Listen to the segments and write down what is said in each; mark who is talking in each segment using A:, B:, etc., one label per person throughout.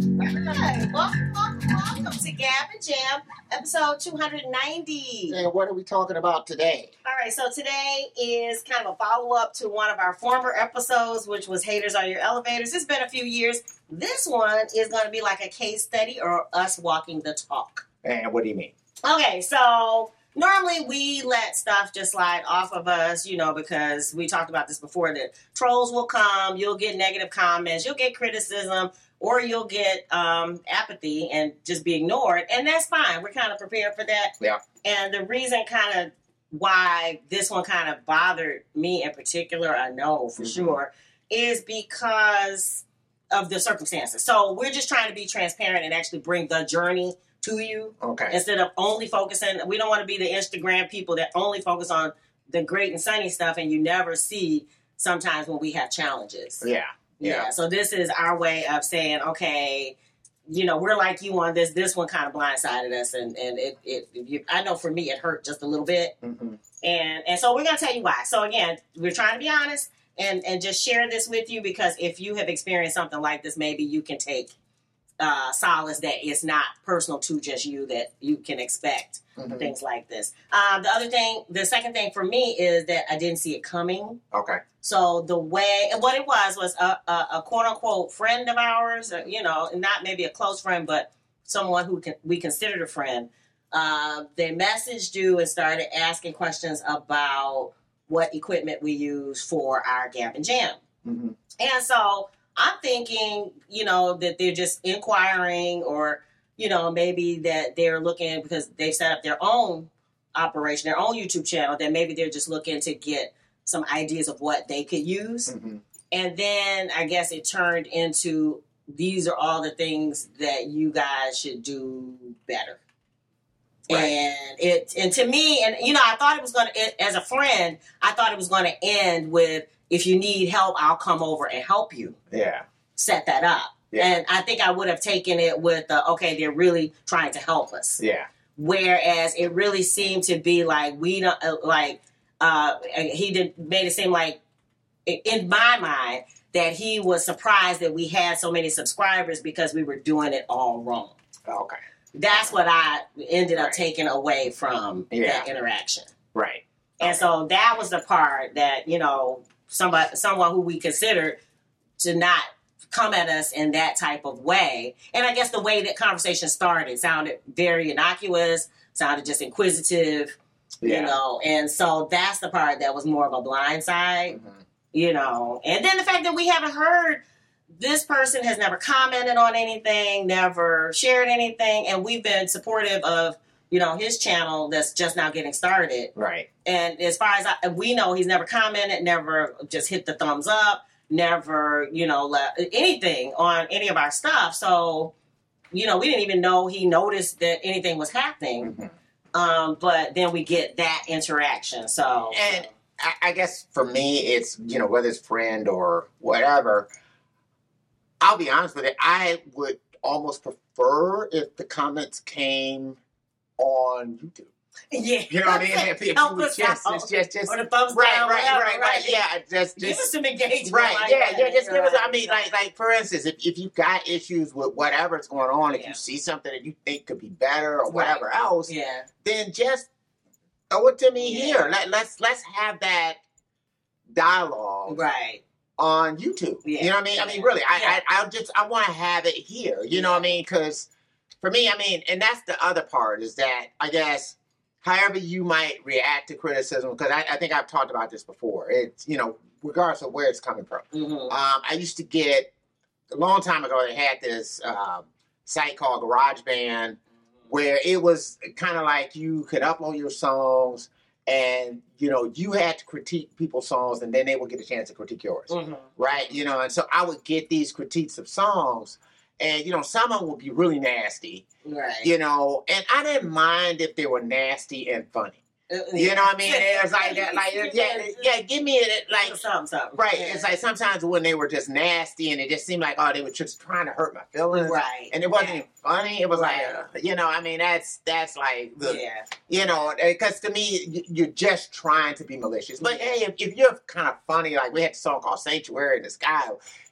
A: Hi, welcome, welcome, welcome to Gab and Jam, episode 290.
B: And what are we talking about today?
A: All right, so today is kind of a follow up to one of our former episodes, which was Haters Are Your Elevators. It's been a few years. This one is going to be like a case study or us walking the talk.
B: And Eh, what do you mean?
A: Okay, so normally we let stuff just slide off of us, you know, because we talked about this before that trolls will come, you'll get negative comments, you'll get criticism, or you'll get um, apathy and just be ignored. And that's fine. We're kind of prepared for that.
B: Yeah.
A: And the reason kind of why this one kind of bothered me in particular, I know for
B: Mhm.
A: sure, is because of the circumstances. So we're just trying to be transparent and actually bring the journey to you
B: Okay.
A: instead of only focusing we don't want to be the instagram people that only focus on the great and sunny stuff and you never see sometimes when we have challenges
B: Yeah. yeah.
A: so this is our way of saying okay you know we're like you on this this one kind of blindsided us and and it, it you, i know for me it hurt just a little bit
B: hmm
A: and and so we're gonna tell you why. So again, we're trying to be honest and and just share this with you because if you have experienced something like this, maybe you can take uh, solace that it's not personal to just you that you can expect
B: hmm
A: things like this. Um, the other thing, the second thing for me is that I didn't see it coming.
B: Okay.
A: So the way and what it was was a, a, a quote unquote friend of ours, uh, you know, not maybe a close friend, but someone who can, we considered a friend. Uh, they messaged you and started asking questions about what equipment we use for our Gap and Jam.
B: hmm
A: And so I'm thinking, you know, that they're just inquiring or, you know, maybe that they're looking because they've set up their own operation, their own YouTube channel, that maybe they're just looking to get some ideas of what they could use.
B: hmm
A: And then I guess it turned into these are all the things that you guys should do better.
B: Right.
A: And it and to me and you know I thought it was going to as a friend I thought it was going to end with if you need help I'll come over and help you
B: Yeah.
A: set that up.
B: Yeah.
A: And I think I would have taken it with the okay they're really trying to help us
B: Yeah.
A: whereas it really seemed to be like we don't uh, like uh he did made it seem like i- in my mind that he was surprised that we had so many subscribers because we were doing it all wrong
B: Okay.
A: that's what i ended up
B: Right.
A: taking away from
B: Yeah.
A: that interaction
B: Right.
A: and so that was the part that you know somebody someone who we considered to not come at us in that type of way and i guess the way that conversation started sounded very innocuous sounded just inquisitive
B: Yeah.
A: you know and so that's the part that was more of a blind side
B: Mhm.
A: you know and then the fact that we haven't heard this person has never commented on anything never shared anything and we've been supportive of you know his channel that's just now getting started
B: Right.
A: and as far as I, we know, he's never commented, never just hit the thumbs up, never, you know, le- anything on any of our stuff. So, you know, we didn't even know he noticed that anything was happening.
B: Mhm.
A: Um, but then we get that interaction. So,
B: And I, I guess for me, it's you know whether it's friend or whatever. I'll be honest with you. I would almost prefer if the comments came on YouTube.
A: yeah,
B: You know what I mean? If, if you
A: Help
B: would
A: us
B: just,
A: out.
B: just, just, just,
A: or
B: right,
A: the thumbs
B: right,
A: down, whatever,
B: right, right, Yeah, just,
A: Give
B: just
A: us some engagement,
B: Right.
A: like
B: yeah.
A: that,
B: Yeah. Just give us. I
A: right.
B: mean, like, like for instance, if, if you've got issues with whatever's going on, if
A: Yeah.
B: you see something that you think could be better or whatever else,
A: yeah,
B: then just throw it to me
A: Yeah.
B: here. Let, let's let's have that dialogue
A: right,
B: on YouTube.
A: Yeah.
B: You know what I mean? I mean, really, I,
A: Yeah.
B: I I just I want to have it here. You know what I mean? Because for me, I mean, and that's the other part is that I guess however you might react to criticism, because I, I think I've talked about this before. It's you know regardless of where it's coming from.
A: hmm
B: Um, I used to get a long time ago. They had this um, site called GarageBand where it was kind of like you could upload your songs, and you know you had to critique people's songs, and then they would get a chance to critique yours,
A: hmm
B: right? You know, and so I would get these critiques of songs, and you know some of them would be really nasty,
A: Mm-hmm. right.
B: you know, and I didn't mind if they were nasty and funny.
A: Uh,
B: You know what I mean? It was like that, like yeah, yeah. Give me it, like
A: something, something.
B: Right.
A: Yeah.
B: It's like sometimes when they were just nasty and it just seemed like, oh, they were just trying to hurt my feelings.
A: right,
B: And it wasn't
A: Yeah.
B: even funny. It was
A: Right.
B: like, uh, you know, I mean, that's that's like, the,
A: yeah.
B: you know, because to me, y- you're just trying to be malicious. But hey, if, if you're kind of funny, like we had a song called "Sanctuary in the Sky,"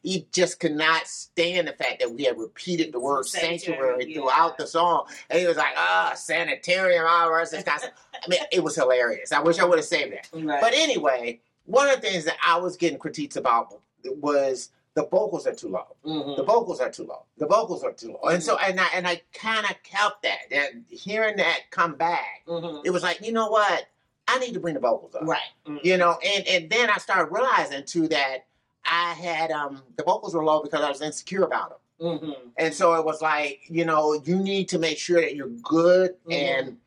B: he just could not stand the fact that we had repeated the word
A: Sanctuary,
B: sanctuary,
A: yeah.
B: throughout the song. And he was like, ah, sanitarium, all right. it's not- I mean, it was hilarious. I wish I would have saved that.
A: Right.
B: But anyway, one of the things that I was getting critiques about was the vocals are too low
A: Mhm.
B: the vocals are too low. The vocals are too low. And so and I and I kind of kept that. That hearing that come back,
A: Mhm.
B: it was like, you know what? I need to bring the vocals up.
A: Right. Mhm.
B: You know, and and then I started realizing too that I had um the vocals were low because I was insecure about them.
A: Mhm.
B: And so it was like, you know, you need to make sure that you're good
A: Mhm.
B: and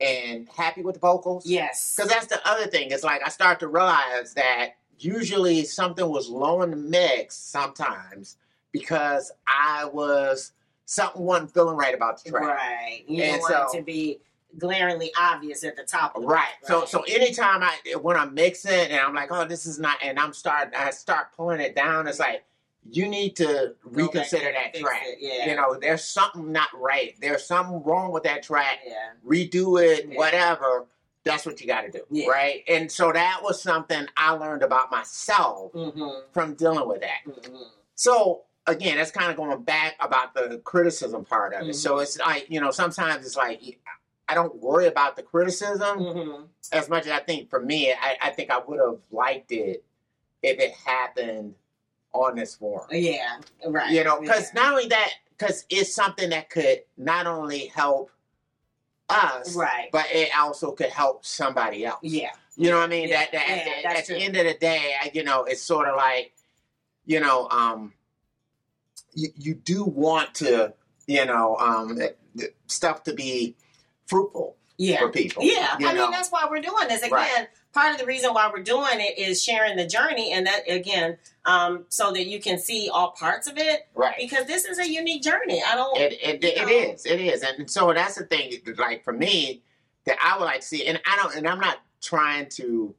B: and happy with the vocals.
A: Yes.
B: Because that's the other thing. It's like I start to realize that usually something was low in the mix sometimes because I was something wasn't feeling right about the track.
A: Right. You don't
B: And
A: want
B: so-
A: it to be glaringly obvious at the top. Of
B: Right.
A: the
B: So
A: Right.
B: so anytime I when I'm mixing and I'm like, oh, this is not, and I'm starting, I start pulling it down. It's like you need to
A: Go back
B: reconsider
A: and
B: that
A: fix
B: track.
A: it, Yeah.
B: You know, there's something not right. There's something wrong with that track.
A: yeah.
B: redo it,
A: Yeah.
B: whatever. That's what you got to do,
A: Yeah.
B: right? And so that was something I learned about myself
A: Mm-hmm.
B: from dealing with that.
A: Mm-hmm.
B: So again, that's kind of going back about the criticism part of it.
A: Mhm.
B: So it's like you know, sometimes it's like I don't worry about the criticism
A: Mm-hmm.
B: as much as I think for me, I, I think I would have liked it if it happened on this forum.
A: Yeah. Right.
B: You know, because
A: yeah.
B: not only that, because it's something that could not only help us,
A: Right.
B: but it also could help somebody else.
A: Yeah.
B: You know what I mean?
A: Yeah,
B: that, that at,
A: yeah,
B: the,
A: that's
B: at the
A: true.
B: end of the day, I, you know, it's sort of like, you know, um, you, you do want to, you know, um, th- th- stuff to be fruitful
A: Yeah.
B: for people.
A: Yeah,
B: you
A: I
B: know?
A: mean that's why we're doing this again.
B: Right.
A: Part of the reason why we're doing it is sharing the journey, and that again, um, so that you can see all parts of it.
B: right.
A: Because this is a unique journey. I don't.
B: It, it, it
A: you know?
B: is. It is. And so that's the thing, like for me, that I would like to see, and I don't, and I'm not trying to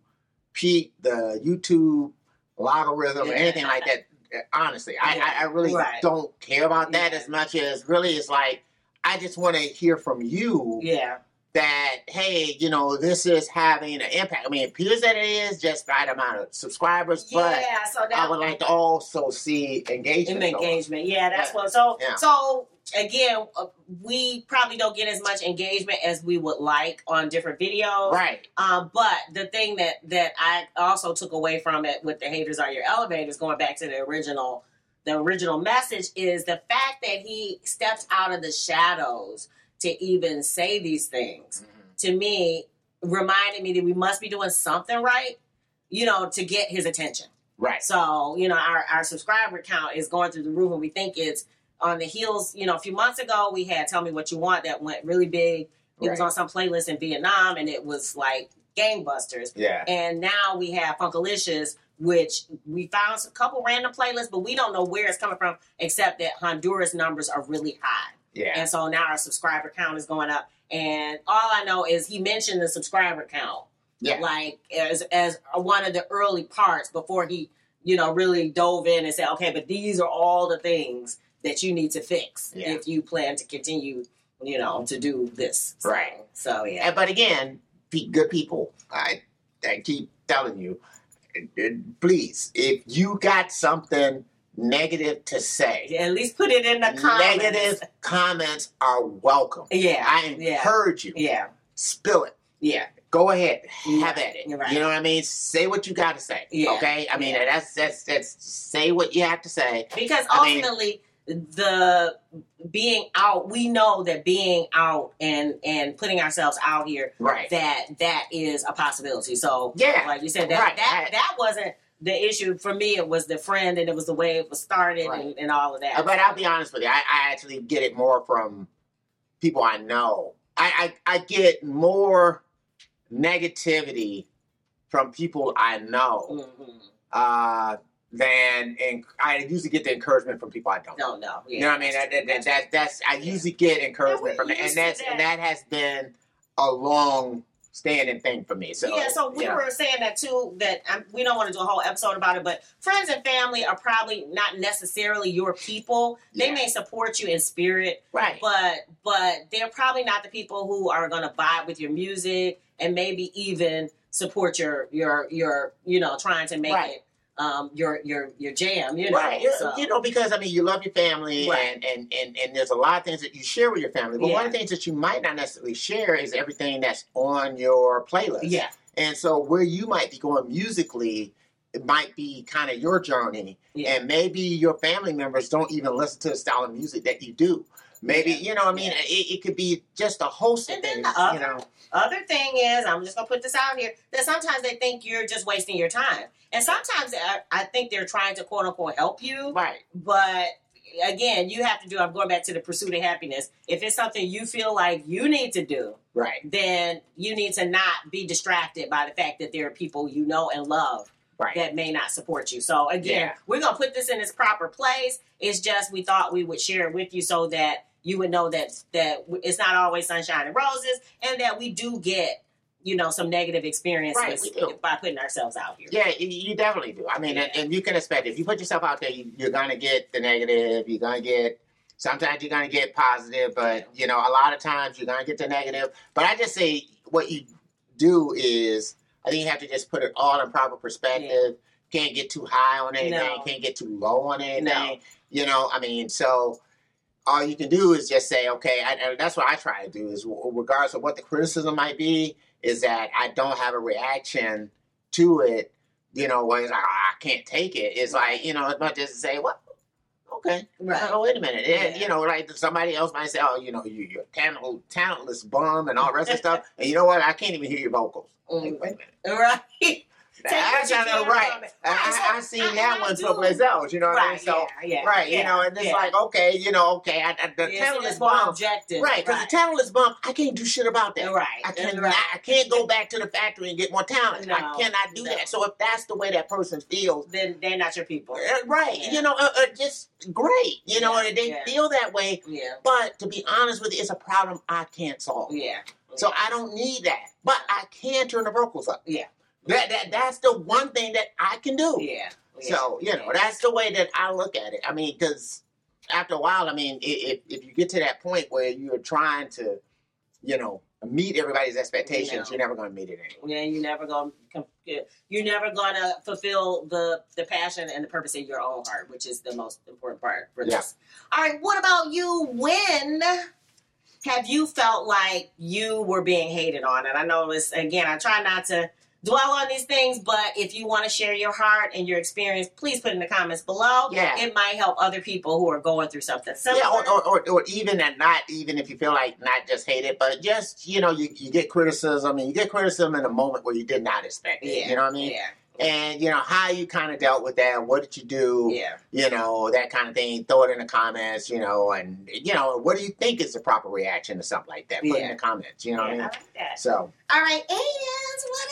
B: peak the YouTube logarithm or
A: Yeah.
B: anything like that. uh, Honestly, I,
A: Yeah.
B: I, I really
A: Right.
B: don't care about that
A: Yeah.
B: as much as really it's like, I just want to hear from you
A: yeah.
B: that, hey, you know, this is having an impact. I mean, it appears that it is just by the amount of subscribers,
A: yeah. So
B: but
A: that
B: I would like to also see engagement.
A: And
B: going.
A: engagement. Yeah, that's
B: Yeah.
A: what. So,
B: Yeah.
A: so again, uh, we probably don't get as much engagement as we would like on different videos.
B: Right.
A: Um, but the thing that that I also took away from it with the haters are your elevators, going back to the original, the original message is the fact that he steps out of the shadows to even say these things
B: Mm-hmm.
A: to me reminded me that we must be doing something right, you know, to get his attention.
B: Right.
A: So, you know, our, our subscriber count is going through the roof, and we think it's on the heels. You know, a few months ago, we had Tell Me What You Want that went really big. It was
B: Right.
A: on some playlist in Vietnam, and it was like gangbusters.
B: Yeah.
A: And now we have Funkalicious, which we found a couple random playlists, but we don't know where it's coming from, except that Honduras numbers are really high.
B: Yeah.
A: And so now our subscriber count is going up. And all I know is he mentioned the subscriber count,
B: Yeah.
A: like as as one of the early parts before he, you know, really dove in and said, okay, but these are all the things that you need to fix
B: Yeah.
A: if you plan to continue, you know, to do this. So-
B: Right.
A: So yeah.
B: And- But again, be good people. I, I keep telling you, uh, please, if you got something negative to say,
A: At least put it in the comments.
B: negative comments are welcome.
A: Yeah.
B: I
A: yeah.
B: encourage you.
A: Yeah.
B: Spill it.
A: Yeah.
B: Go ahead.
A: Yeah.
B: Have at it.
A: You're right.
B: You know what I mean? Say what you got to say.
A: Yeah.
B: Okay. I mean,
A: Yeah.
B: that's that's that's say what you have to say.
A: because
B: I mean-
A: ultimately the being out we know that being out and and putting ourselves out here
B: Right.
A: that that is a possibility so
B: Yeah.
A: like you said that
B: Right.
A: that
B: I-
A: that wasn't the issue for me it was the friend and it was the way it was started and,
B: Right.
A: and all of that
B: Uh, But I'll be honest with you, I, I actually get it more from people I know. I, I, I get more negativity from people I know
A: Mhm.
B: uh, than, and I usually get the encouragement from people I don't. know.
A: no no yeah,
B: You know what I mean?
A: that's
B: That,
A: true, that's
B: that, that,
A: true.
B: that- that's I usually get encouragement
A: And we're
B: from it,
A: used
B: and
A: to
B: that's and
A: that.
B: that has been a long standing thing for me. So
A: yeah, so we
B: yeah.
A: were saying that too. That um, we don't want to do a whole episode about it, but friends and family are probably not necessarily your people. They
B: Yeah.
A: may support you in spirit,
B: right.
A: but but they're probably not the people who are going to vibe with your music and maybe even support your your your you know trying to make
B: Right.
A: it um, your your your jam, you know.
B: right.
A: So,
B: You know, because I mean, you love your family,
A: Right.
B: and, and and and there's a lot of things that you share with your family. But one
A: Yeah.
B: of the things that you might not necessarily share is everything that's on your playlist.
A: yeah,
B: And so where you might be going musically, it might be kind of your journey.
A: Yeah.
B: And maybe your family members don't even listen to the style of music that you do. Maybe,
A: Yeah.
B: you know, what I mean,
A: Yeah.
B: it, it could be just a host of
A: And then
B: things,
A: the other-
B: you know.
A: Other thing is, I'm just gonna put this out here that sometimes they think you're just wasting your time, and sometimes I, I think they're trying to quote unquote help you,
B: Right.
A: but again, you have to do. I'm going back to the pursuit of happiness. If it's something you feel like you need to do,
B: Right.
A: then you need to not be distracted by the fact that there are people you know and love
B: Right.
A: that may not support you. So again,
B: Yeah.
A: we're gonna put this in its proper place. It's just we thought we would share it with you so that you would know that that it's not always sunshine and roses, and that we do get you know some negative
B: Right,
A: experiences
B: we do.
A: by putting ourselves out here.
B: Yeah, y- you definitely do. I mean, and,
A: Yeah.
B: and you can expect if you put yourself out there, you, you're gonna get the negative. You're gonna get sometimes you're gonna get positive, but you know, a lot of times you're gonna get the negative. But I just say what you do is I think you have to just put it all in proper perspective. Can't get too high on anything.
A: No.
B: Can't get too low on anything.
A: No.
B: You know, I mean, so all you can do is just say, okay, I, and that's what I try to do is w- regardless of what the criticism might be, is that I don't have a reaction to it, you know, where it's like, "Ah, I can't take it. It's like, you know, as much as to say, well, okay,
A: Right.
B: oh, wait a minute. And,
A: Yeah.
B: You know, like somebody else might say, oh, you know, you, you're a talent, talentless bum and all the rest of stuff. And you know what? I can't even hear your vocals. Like,
A: Mm.
B: Oh, wait a minute.
A: Right. Take what
B: That's
A: you
B: not
A: can
B: right.
A: from it.
B: I, I, I
A: so-
B: seen
A: and
B: that
A: I
B: one
A: do-
B: someplace else, you know what I mean?
A: Right.
B: So,
A: yeah, yeah,
B: right, you
A: yeah,
B: know, and it's
A: yeah.
B: like, okay, you know, okay, I, I, the
A: Yeah, so
B: talentless
A: that's more
B: bump,
A: objective.
B: right? Because the talentless bump, I can't do shit about that.
A: Right.
B: I
A: And
B: cannot,
A: right.
B: I can't go back to the factory and get more talent. I
A: No,
B: cannot do
A: no.
B: that. So if that's the way that person feels,
A: Then they're not your people.
B: uh, right?
A: Yeah.
B: You know, uh, uh, just great. You know,
A: Yeah,
B: and they
A: yeah.
B: feel that way.
A: Yeah.
B: But to be honest with you, it's a problem I can't solve.
A: Yeah.
B: So I don't need that. But I can turn the vocals up.
A: Yeah.
B: That, that that's the one thing that I can do.
A: Yeah. yeah.
B: So you know that's the way that I look at it. I mean, because after a while, I mean, i- if if you get to that point where you're trying to, you know, meet everybody's expectations,
A: No.
B: you're never going to meet it anyway.
A: Yeah, you're never gonna com- you're never gonna fulfill the the passion and the purpose of your own heart, which is the most important part for
B: Yeah.
A: this. All right, what about you? When have you felt like you were being hated on? And I know it's again, I try not to dwell on these things, but if you want to share your heart and your experience, please put in the comments below.
B: Yeah.
A: It might help other people who are going through something similar.
B: Yeah, or, or, or, or even and not even if you feel like not just hate it, but just you know you, you get criticism and you get criticism in a moment where you did not expect it.
A: yeah.
B: You know what I mean?
A: Yeah.
B: And you know how you kind of dealt with that. What did you do?
A: Yeah.
B: you know, that kind of thing. Throw it in the comments, you know, and you know, what do you think is the proper reaction to something like that? Put it in
A: Yeah.
B: the comments, you
A: Yeah,
B: know
A: I
B: what I mean?
A: like that.
B: So
A: All right, and what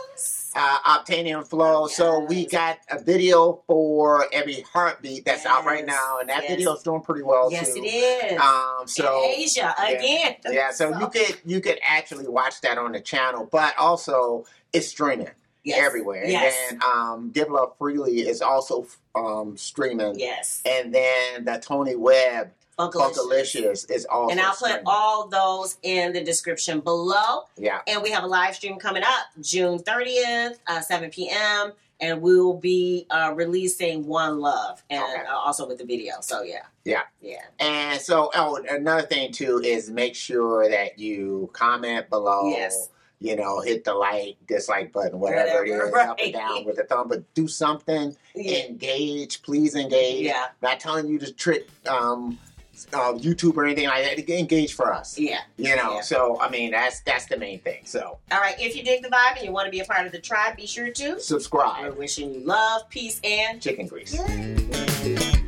A: else?
B: uh, Obtainium Flow. So we
A: Yes.
B: got a video for every heartbeat that's out right
A: Yes,
B: now, and that
A: yes.
B: video's doing pretty well
A: Yes,
B: too.
A: it is.
B: Um,
A: so
B: so
A: in Asia again.
B: yeah, so, you could you could actually watch that on the channel, but also it's streaming
A: yes.
B: everywhere.
A: Yes.
B: And then um, Give Love Freely is also um, streaming,
A: yes.
B: and then the Tony Webb
A: Funkalicious.
B: Funkalicious is also.
A: And I'll put
B: streaming.
A: all those in the description below.
B: Yeah,
A: And we have a live stream coming up June 30th, uh, 7 p.m. And we'll be uh, releasing One Love and
B: Okay.
A: uh, also with the video. So, yeah.
B: Yeah.
A: Yeah.
B: and so oh, another thing too is make sure that you comment below.
A: Yes.
B: You know, hit the like, dislike button, whatever, it
A: Whatever,
B: is, up
A: right.
B: and down with the thumb, but do something.
A: Yeah.
B: Engage, please engage.
A: Yeah.
B: Not telling you to trick um, uh, YouTube or anything like that. Engage for us.
A: Yeah.
B: You know,
A: Yeah.
B: so I mean, that's that's the main thing. So
A: All right. If you dig the vibe and you want to be a part of the tribe, be sure to. We're
B: subscribe,
A: wishing you love, peace, and
B: chicken grease.
A: Yeah.